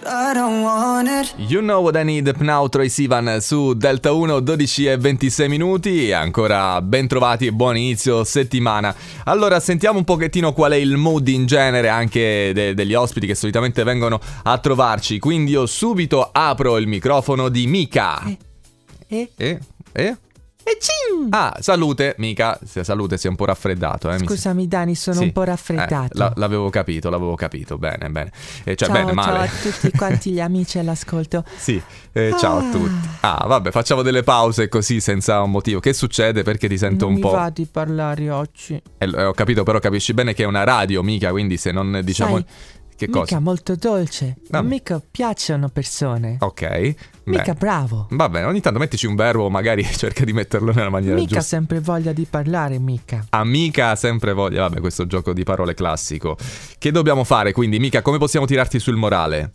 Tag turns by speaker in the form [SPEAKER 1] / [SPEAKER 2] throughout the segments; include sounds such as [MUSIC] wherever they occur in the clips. [SPEAKER 1] I don't want it.
[SPEAKER 2] You know what I need, Pnau Troy Sivan su Delta 1, 12 e 26 minuti, ancora ben trovati e buon inizio settimana. Allora, sentiamo un pochettino qual è il mood in genere anche de- degli ospiti che solitamente vengono a trovarci, quindi io subito apro il microfono di Mika.
[SPEAKER 3] eh.
[SPEAKER 2] Eh? Eh?
[SPEAKER 3] E cin!
[SPEAKER 2] Ah, salute, Mika, Sì, salute, si è un po' raffreddato, eh, mi sa.
[SPEAKER 3] Scusami Dani, sono
[SPEAKER 2] Sì,
[SPEAKER 3] un po'
[SPEAKER 2] eh,
[SPEAKER 3] raffreddato.
[SPEAKER 2] la- l'avevo capito, l'avevo capito, bene, bene. Eh, cioè,
[SPEAKER 3] ciao,
[SPEAKER 2] bene, male.
[SPEAKER 3] ciao a tutti quanti gli amici all'ascolto.
[SPEAKER 2] Sì, eh, ciao a
[SPEAKER 3] Ah.
[SPEAKER 2] tutti. Ah, vabbè, facciamo delle pause così senza un motivo. Che succede? Perché ti [LAUGHS] sento un
[SPEAKER 3] non mi
[SPEAKER 2] po'.
[SPEAKER 3] va di parlare oggi.
[SPEAKER 2] Eh, eh, ho capito, però capisci bene che è una radio, mica, quindi se non eh, diciamo
[SPEAKER 3] Sai,
[SPEAKER 2] che
[SPEAKER 3] mica
[SPEAKER 2] cosa.
[SPEAKER 3] molto dolce.
[SPEAKER 2] Ah.
[SPEAKER 3] Mica piacciono persone.
[SPEAKER 2] Oh, Ok.
[SPEAKER 3] mica
[SPEAKER 2] bene.
[SPEAKER 3] bravo.
[SPEAKER 2] Va bene, ogni tanto mettici un verbo, magari [LAUGHS] cerca di metterlo nella maniera
[SPEAKER 3] Mica
[SPEAKER 2] giusta.
[SPEAKER 3] sempre voglia di parlare, mica.
[SPEAKER 2] Amica ha sempre voglia. Vabbè, questo gioco di parole classico. Che dobbiamo fare quindi, mica? Come possiamo tirarti sul morale?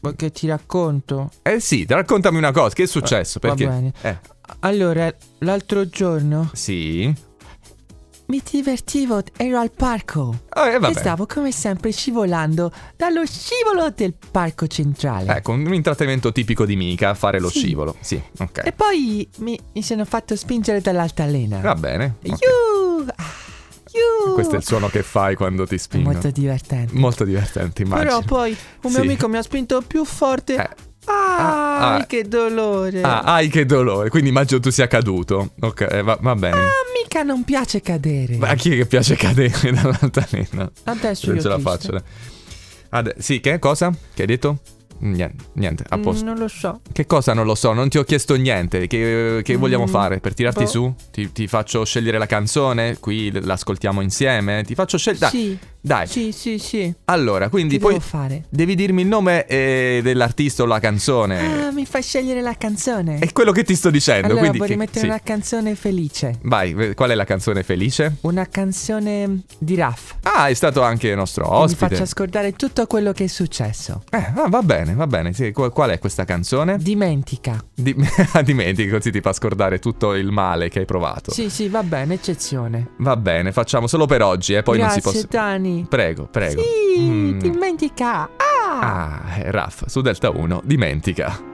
[SPEAKER 3] Vuoi che ti racconto?
[SPEAKER 2] Eh sì, raccontami una cosa, che è successo?
[SPEAKER 3] va
[SPEAKER 2] Perché?
[SPEAKER 3] bene.
[SPEAKER 2] Eh,
[SPEAKER 3] Allora, l'altro giorno
[SPEAKER 2] sì. Eh,
[SPEAKER 3] mi divertivo, ero al parco.
[SPEAKER 2] Eh, vabbè.
[SPEAKER 3] E stavo come sempre scivolando dallo scivolo del parco centrale.
[SPEAKER 2] Ecco, un un intrattenimento tipico di Mika, fare lo
[SPEAKER 3] Mm. Sì.
[SPEAKER 2] scivolo. Sì, ok.
[SPEAKER 3] E poi mi, mi sono fatto spingere dall'altalena.
[SPEAKER 2] Va bene. ok.
[SPEAKER 3] Iuh! Ah, iuh!
[SPEAKER 2] Questo è il suono che fai quando ti
[SPEAKER 3] È
[SPEAKER 2] spingo.
[SPEAKER 3] molto divertente.
[SPEAKER 2] Molto divertente, immagino.
[SPEAKER 3] Però poi un
[SPEAKER 2] Sì.
[SPEAKER 3] mio amico mi ha spinto più forte.
[SPEAKER 2] Eh.
[SPEAKER 3] Ah,
[SPEAKER 2] Ah, ah.
[SPEAKER 3] che dolore.
[SPEAKER 2] Ah, ai che dolore. Quindi immagino tu sia caduto. Ok, eh, va, va bene.
[SPEAKER 3] Ah, mica non piace cadere.
[SPEAKER 2] Ma a chi è che piace cadere [LAUGHS] dall'altalena?
[SPEAKER 3] Ah, Adesso
[SPEAKER 2] Non
[SPEAKER 3] io
[SPEAKER 2] ce la
[SPEAKER 3] triste.
[SPEAKER 2] faccio. eh, dai. Ade- sì, che cosa? Che hai detto? Niente, niente, a
[SPEAKER 3] Mm,
[SPEAKER 2] posto.
[SPEAKER 3] non lo so.
[SPEAKER 2] Che cosa non lo so, non ti ho chiesto niente. Che, che vogliamo
[SPEAKER 3] Mm,
[SPEAKER 2] fare? Per tirarti
[SPEAKER 3] boh.
[SPEAKER 2] su? Ti, ti faccio scegliere la canzone? Qui l- l'ascoltiamo insieme? Ti faccio scegliere. Dai,
[SPEAKER 3] Sì,
[SPEAKER 2] dai.
[SPEAKER 3] sì, sì, sì.
[SPEAKER 2] Allora, quindi
[SPEAKER 3] Che
[SPEAKER 2] poi
[SPEAKER 3] devo fare?
[SPEAKER 2] devi dirmi il nome eh, dell'artista o la canzone.
[SPEAKER 3] Ah, mi fai scegliere la canzone.
[SPEAKER 2] È quello che ti sto dicendo.
[SPEAKER 3] allora
[SPEAKER 2] Eh, quindi
[SPEAKER 3] vorrei
[SPEAKER 2] che-
[SPEAKER 3] mettere
[SPEAKER 2] sì.
[SPEAKER 3] una canzone felice.
[SPEAKER 2] Vai, v- qual è la canzone felice?
[SPEAKER 3] Una canzone di Raff.
[SPEAKER 2] Ah, è stato anche nostro
[SPEAKER 3] Che mi
[SPEAKER 2] ospite.
[SPEAKER 3] faccia scordare tutto quello che è successo.
[SPEAKER 2] Eh, ah, va bene, va bene. Sì, qu- qual è questa canzone?
[SPEAKER 3] Dimentica.
[SPEAKER 2] Di- [LAUGHS] Dimentichi, così ti fa scordare tutto il male che hai provato.
[SPEAKER 3] Sì, sì, va bene, eccezione.
[SPEAKER 2] Va bene, facciamo solo per oggi, eh, poi
[SPEAKER 3] Grazie,
[SPEAKER 2] non si può.
[SPEAKER 3] Dani.
[SPEAKER 2] Prego, prego.
[SPEAKER 3] Sì,
[SPEAKER 2] Mm.
[SPEAKER 3] dimentica. Ah!
[SPEAKER 2] Ah, eh, Raf, su Delta 1, dimentica.